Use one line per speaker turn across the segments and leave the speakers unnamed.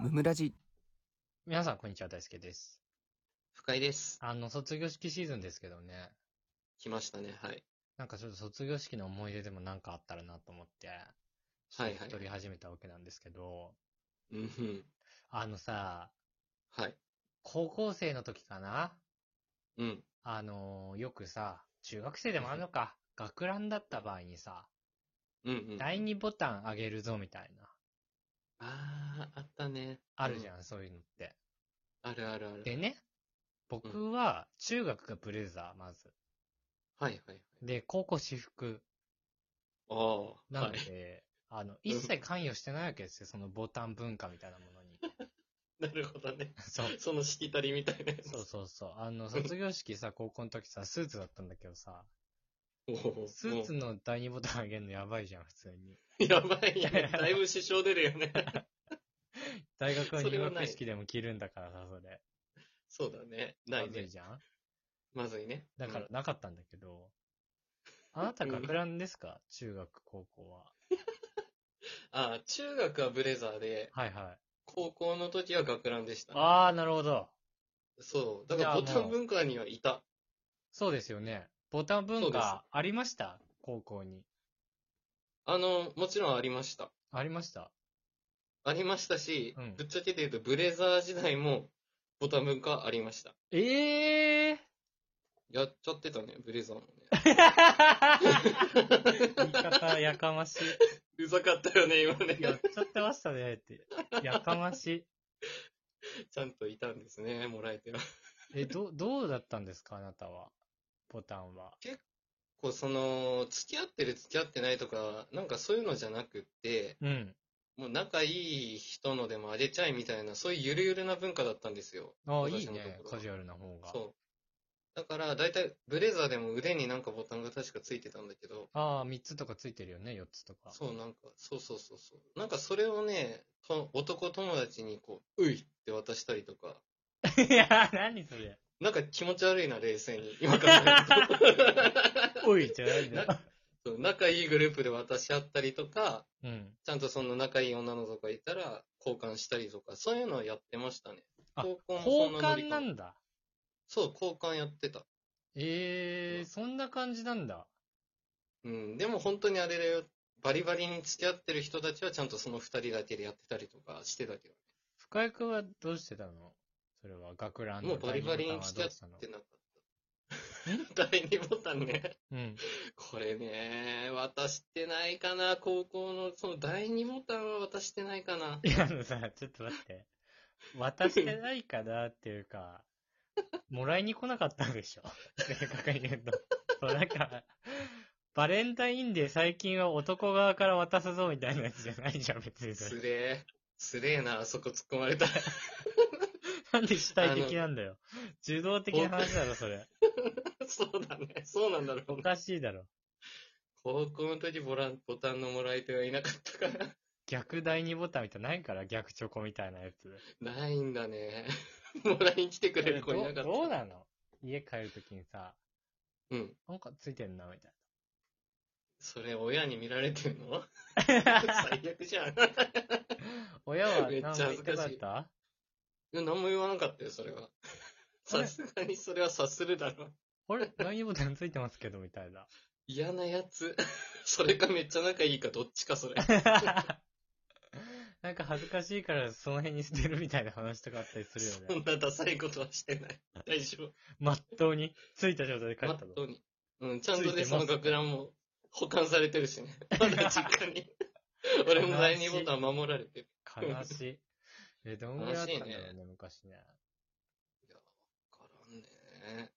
ムムラジ
皆さん、こんにちは。大輔です。
深井です。
あの、卒業式シーズンですけどね。
来ましたね。はい。
なんかちょっと卒業式の思い出でもなんかあったらなと思って、
はいはい
収録撮り始めたわけなんですけど、
うんふん。
あのさ、
はい。
高校生の時かな
うん。
あの、よくさ、中学生でもあるのか、学ランだった場合にさ、
うんうん。
第2ボタンあげるぞみたいな、
あー、あったね。
あるじ
う
ゃん、そういうのって。
あるあるある。
でね、僕は中学がブレザー、まず。
はいはいはい。
で、高校私服。
あー。
なの
はい。
で、あの、一切関与してないわけですよ、そのボタン文化みたいなものに。
なるほどね。
そう。
そのしきたりみたいなやつ。
そうそうそう。あの、卒業式さ、高校の時さ、スーツだったんだけどさ、
おー
スーツの第二ボタンあげるのやばいじゃん、普通に。
もうやばいね。だいぶ支障出るよね。
大学の
そ
入
れはな
学
い
式でも着るんだからさ、それ。
そうだね。ない
まず
ね
い。じゃん
まずいね。
だから、なかったんだけど、あなた学ランですか中学、高校は。
あー、中学はブレザーで、
はいはい。
高校の時は学ランでした。
あー、なるほど。
そう。だからボ
じゃあ
タ
もう
ン文化にはいた。
そうですよね。ボタン
そ
文
うです
化ありました高校に。
あの、もちろんありました。
ありました。
ありましたし、
うん
ぶっちゃけて言うと、ブレザー時代もボタン文化ありました。
え えー
やっちゃってたね、ブ レザーもね。
言い方やかまし
うざかったよね、今ね
い。。やっちゃってましたねって。やかましい。
ちゃんといたんですね、もらえては。
え、ど、 どうだったんですかあなたは。ボタンは。
こう、その、付き合ってる付き合ってないとか、なんかそういうのじゃなくって、
うん。
もう仲いい人のでもあげちゃいみたいな、そういうゆるゆるな文化だったんですよ。
ああ、い
私
い
のと
ね
こ。ろ
カジュアルな方が。
そう。だから、だいたい、ブレザーでも腕になんかボタンが確かついてたんだけど、
ああ、3つとかついてるよね。4つとか。
そう、なんか、そうそうそうそう。なんかそれをね、と男友達にこう、ういって渡したりとか、
いや、何それ。
なんか気持ち悪いな、冷静に。今考える と。
おい、じゃないんだ
な。そう仲いいグループで渡し合ったりとか、
うん。
ちゃんとその仲いい女の子がいたら交換したりとか、そういうのをやってましたね。
あ
交換もそ
交
んなノリ
換
か
な
も
んだ。
そう、交換やってた。
ええー、そんな感じなんだ。
うん、でも本当にあれだよ。バリバリに付き合ってる人たちはちゃんとその二人だけでやってたりとかしてたけど。深
深井くんはどうしてたのそれは、学ラン
も
の
うバリバリに
第二ボ
付
タンはど
き合
う
っ
したの
てなか った。第二ボタンね。
うん。
これね、渡してないかな。高校のその第二ボタンは渡してないかな。
いや、あのさ、ちょっと待って。渡してないかなっていうか、もらいに来なかったんでしょ 正確に言うと。そう、なんか、バレンタインデー最近は男側から渡すぞみたいなやつじゃないじゃん、別にそ
す
れ。
れえ。すれえな、あそこ突っ込まれたら。
なんで主体的なんだよ。受動的な話だろ、それ。
そうだね。そうなんだろ
お
うな。
かしいだろ。
高校の時ボラン、ボタンのもらい手はいなかったから。
逆第二ボタンみたいなのないから、逆チョコみたいなやつ。
ないんだね。もらいに来てくれる子いなかった。
どどうなの家帰るときにさ、
うん。
なんかついてんな、みたい
それ親に見られてる の
な。
最悪じゃん。
親は
め
何
っちゃ
も言ってな
恥ずか
かっ
しい
た
何も言わなかったよ、それは。
あれ
さすがにそれは察するだろ。
あれ第二ボタンついてますけど、みたいな。
嫌なやつ。 それかめっちゃ仲いいか、どっちかそれ。
なんか恥ずかしいからその辺に捨てるみたいな話とかあったりする
そ
よね。
んなダサいことはしてない。大丈夫。
まっとうに、ついた状態で帰
ま
っ
った
の。
とうに。うん、ちゃんと
ついてま
ね、
す
その学ランも保管されて るしね。まだ実家に。俺も第二ボタン守られてる。
悲しい。え、どんぐらいあったんだろう
悲し
ね、昔ね。
いや、わからんね。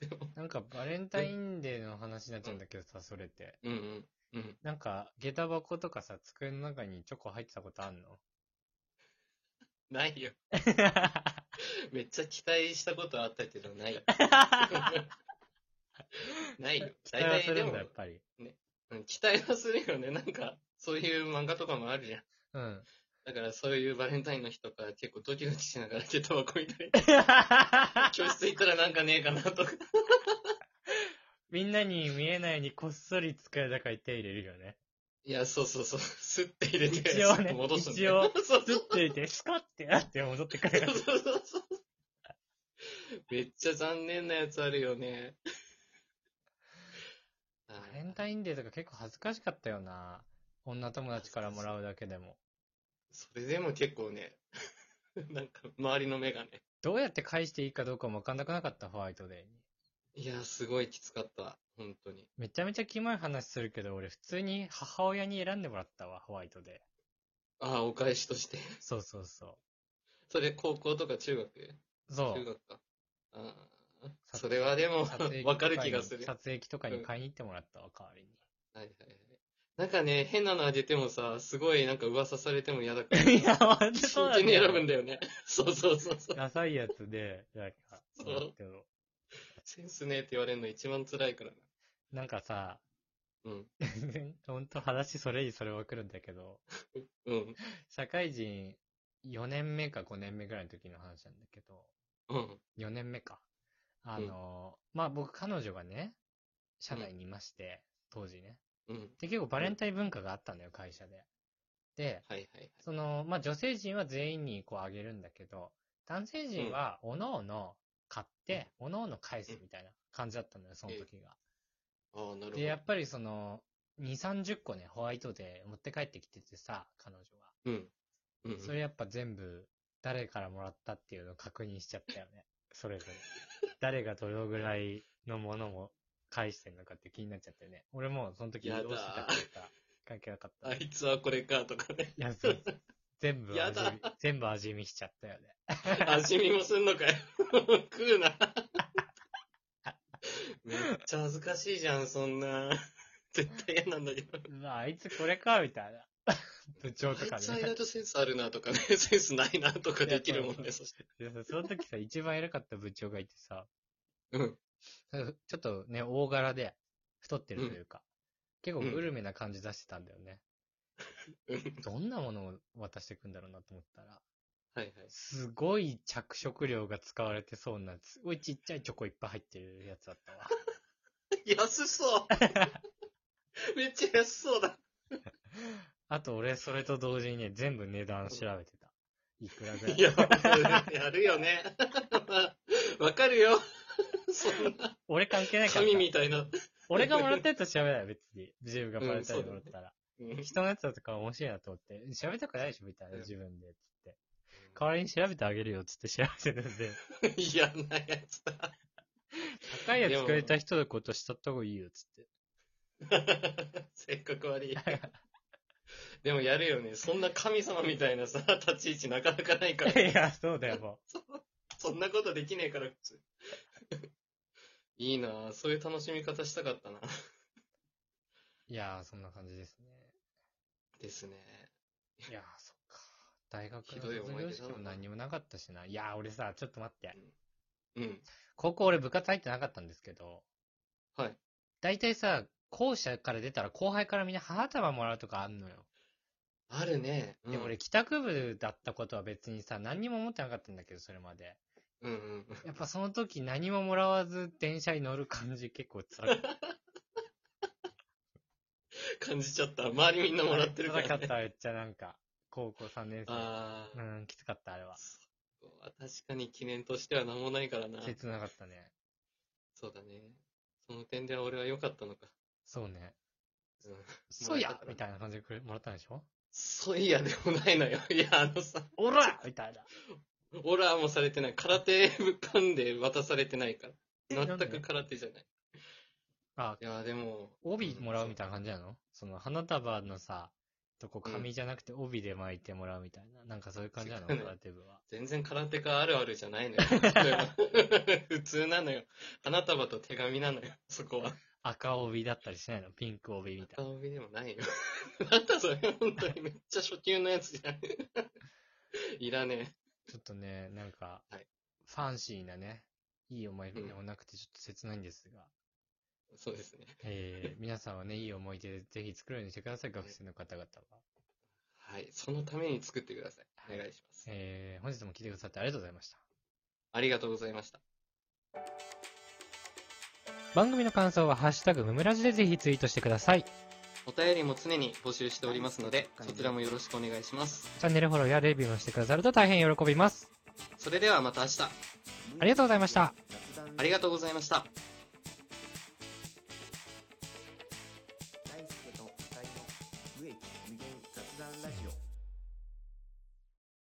でも、
なんかバレンタインデーの話になっちゃうんだけどさ、それって。
うんうん。うん。
なんか、下駄箱とかさ、机の中にチョコ入ってたことあんの
な いよ。めっちゃ期待したことあったけど、ない。 ないよ。
期
大
待はす
体で
るん
も
だ、やっ、ぱり。
うん期待はするよね。なんか、そういう漫画とかもあるじゃん。
うん。
だからそういうバレンタインの日とか結構ドキドキしながら下駄箱見たり、 教室行ったらなんかねえかなとか。
みんなに見えないようにこっそり机の中に手入れるよね。
いや、そうそうそう。スッて入れて、
一応ね
スッと戻すんだ
一応
よそう
ずっといて、スカってなって戻ってくる
そう。そうそうそう。めっちゃ残念なやつあるよね。あ
バレンタインデーとか結構恥ずかしかったよな。女友達からもらうだけでも。
それでも結構ね、なんか周りの目がね、
どうやって返していいかどうかもわかんなくなかった、ホワイトデーに。
いや、すごいきつかった。本当に。
めちゃめちゃキモい話するけど、俺普通に母親に選んでもらったわ、ホワイトデ
ああ、お返しとして。
ー。そうそうそ
それ高校とか中学
う。そ
中
う。
学か。ああ、それはでも
撮影、機
わ
と
か
に
る気がする。
撮影機とかに買いに行ってもらったわ、代わり
はいはいはい。なんかね、変なのあげてもさ、すごいなんか噂されても嫌だから、
に。 いや、ほんとそう
真
だ
剣に選ぶん
ね。
だよね。 そうそうそうそう。
ダサいやつで、なんか、
そう
なんだけど
センスねえって言われるの一番辛いから
なんかさ、
な。うん。
全然ほんと話それにそれは来るんだけど、
うん。
社会人4年目か5年目ぐらいの時の話なんだけど、
うん。
4年目か。あの、まあ、僕彼女がね、社内にいまして、当時ね。
うん。
で、結構バレンタイン文化があったんだよ、会社で。で、
はいはい
その、まあ、女性陣は全員にこうあげるんだけど、男性陣は、おのおの買って、おのおの返すみたいな感じだったんだよ、その時が。
はい。ああ、なるほど。
で、やっぱりその、2、30個ね、ホワイトで持って帰ってきててさ、彼女が。
うん。うん。
それやっぱ全部、誰からもらったっていうのを確認しちゃったよね。それぞれ。誰がどのぐらいのものも返してんのかって気になっちゃってね。俺もその時ど
や
う
だ
してたかとか関係なかった。
あいつはこれかと かね。
いや、そうそう全部
や
味
だ
見、全部味見しちゃったよね。
味見もすんのかよ。 食 うな。めっちゃ恥ずかしいじゃん、そんな。絶対嫌なんだけど。
うわ、あいつこれか、みたいな。部長と
あ
か
いつは意
ね
外。とセンスあるなとかね、センスないなとかできるもん
いや
ね、そして。
でその 時さ、一番偉かった部長がいてさ、
うん。
ちょっとね、大柄で、太ってるというか、
う
結
ん
構グルメな感じ出してたんだよね。
うん
どんなものを渡してくんだろうなと思ったら、
はいはい。
すごい着色料が使われてそうな、すごいちっちゃいチョコいっぱい入ってるやつだった わ。
安そう。 めっちゃ安そうだ。
あと俺、それと同時にね、全部値段調べてた。いくらぐらい。
いや、 やるよね。 わかるよ。 そんな、
俺関係ないからさ。
神みたいな。
俺がもらったやつは調べない、別に。自分がバレたりもらったら。
うん
人のやつだとか面白いなと思って、調べたくないでしょ、みたいな、自分で、つって。代わりに調べてあげるよ、つって調べてたんで。
嫌なやつだ。
高いやつくれた人のことしたった方がいいよ、つって。
せっかく 悪い。でもやるよね。そんな神様みたいなさ、 立ち位置なかなか ないから。
いや、そうだよ、もう。
そんなことできねえから、普通。 いいなあそういう楽しみ方したかったな。
いやー、そんな感じですね。
ですね。
いやー、そっか。大学
ひ
の
どい思
卒
い
業
出だ
式
な
も何にもなかったしな。いやー、俺さ、ちょっと待って。
うん。
高校俺部活入ってなかったんですけど、
はい。
大体さ、校舎から出たら後輩からみんな花束もらうとかあんのよ。
あるね。うん
で、俺、帰宅部だったことは別にさ、何にも思ってなかったんだけど、それまで。
うんうん。
やっぱその時何ももらわず電車に乗る感じ結構辛かっ
感じちゃった。周りみんな
た。
もらってるか、
辛からっ
ね。
た、めっちゃなんか、高校3年生。
あ
う
あ、
ん、きつかった、あれは。
そう確かに記念としては何もないからな。
切なかったね。
そうだね。その点では俺は良かったのか。
そうね。
うん
そう
もら
や
えたから
みたいな感じでくれもらったんでしょ
そういやでもないのよ。 いや、あのさ、
オラみたいな。
オラーもされてない。空手部間で渡されてないから。
な
全
んで
く空手じゃない。
あ
い、や、でも。
帯もらうみたい
い
な感じなのその花束のさ、とこ紙じゃなくて帯で巻いてもらうみたいな。なんかそういう感じなの
違うね
空手部は。
全然空手家あるあるじゃない のよ。普通なのよ。花束と手紙なのよ、そこは。
赤帯だったりしないのピンク帯みたい
赤帯でもないよ。 なんだそれ、本当にめっちゃ初級のやつじゃん。 いらね
な。ちょっとね、なんか
はい、
ファンシーなね、いい思い出
うん
もなくてちょっと切ないんですが。
え。そうですね。
えー、皆さんはね、いい思い出ぜひ作るようにしてください、学生の方々は。
はい。そのために作ってください。お願いします。
えー、本日も聞いてくださってありがとうございました。
ありがとうございました。
番組の感想はハッシュタグムムラジでぜひツイートしてください。
お便りも常に募集しておりますので、そちらもよろしくお願いします。
チャンネルフォローやレビューもしてくださると大変喜びます。
それではまた明日、
ありがとうございました。
ありがとうございました。
大輔と二人の無益無限雑談ラジオ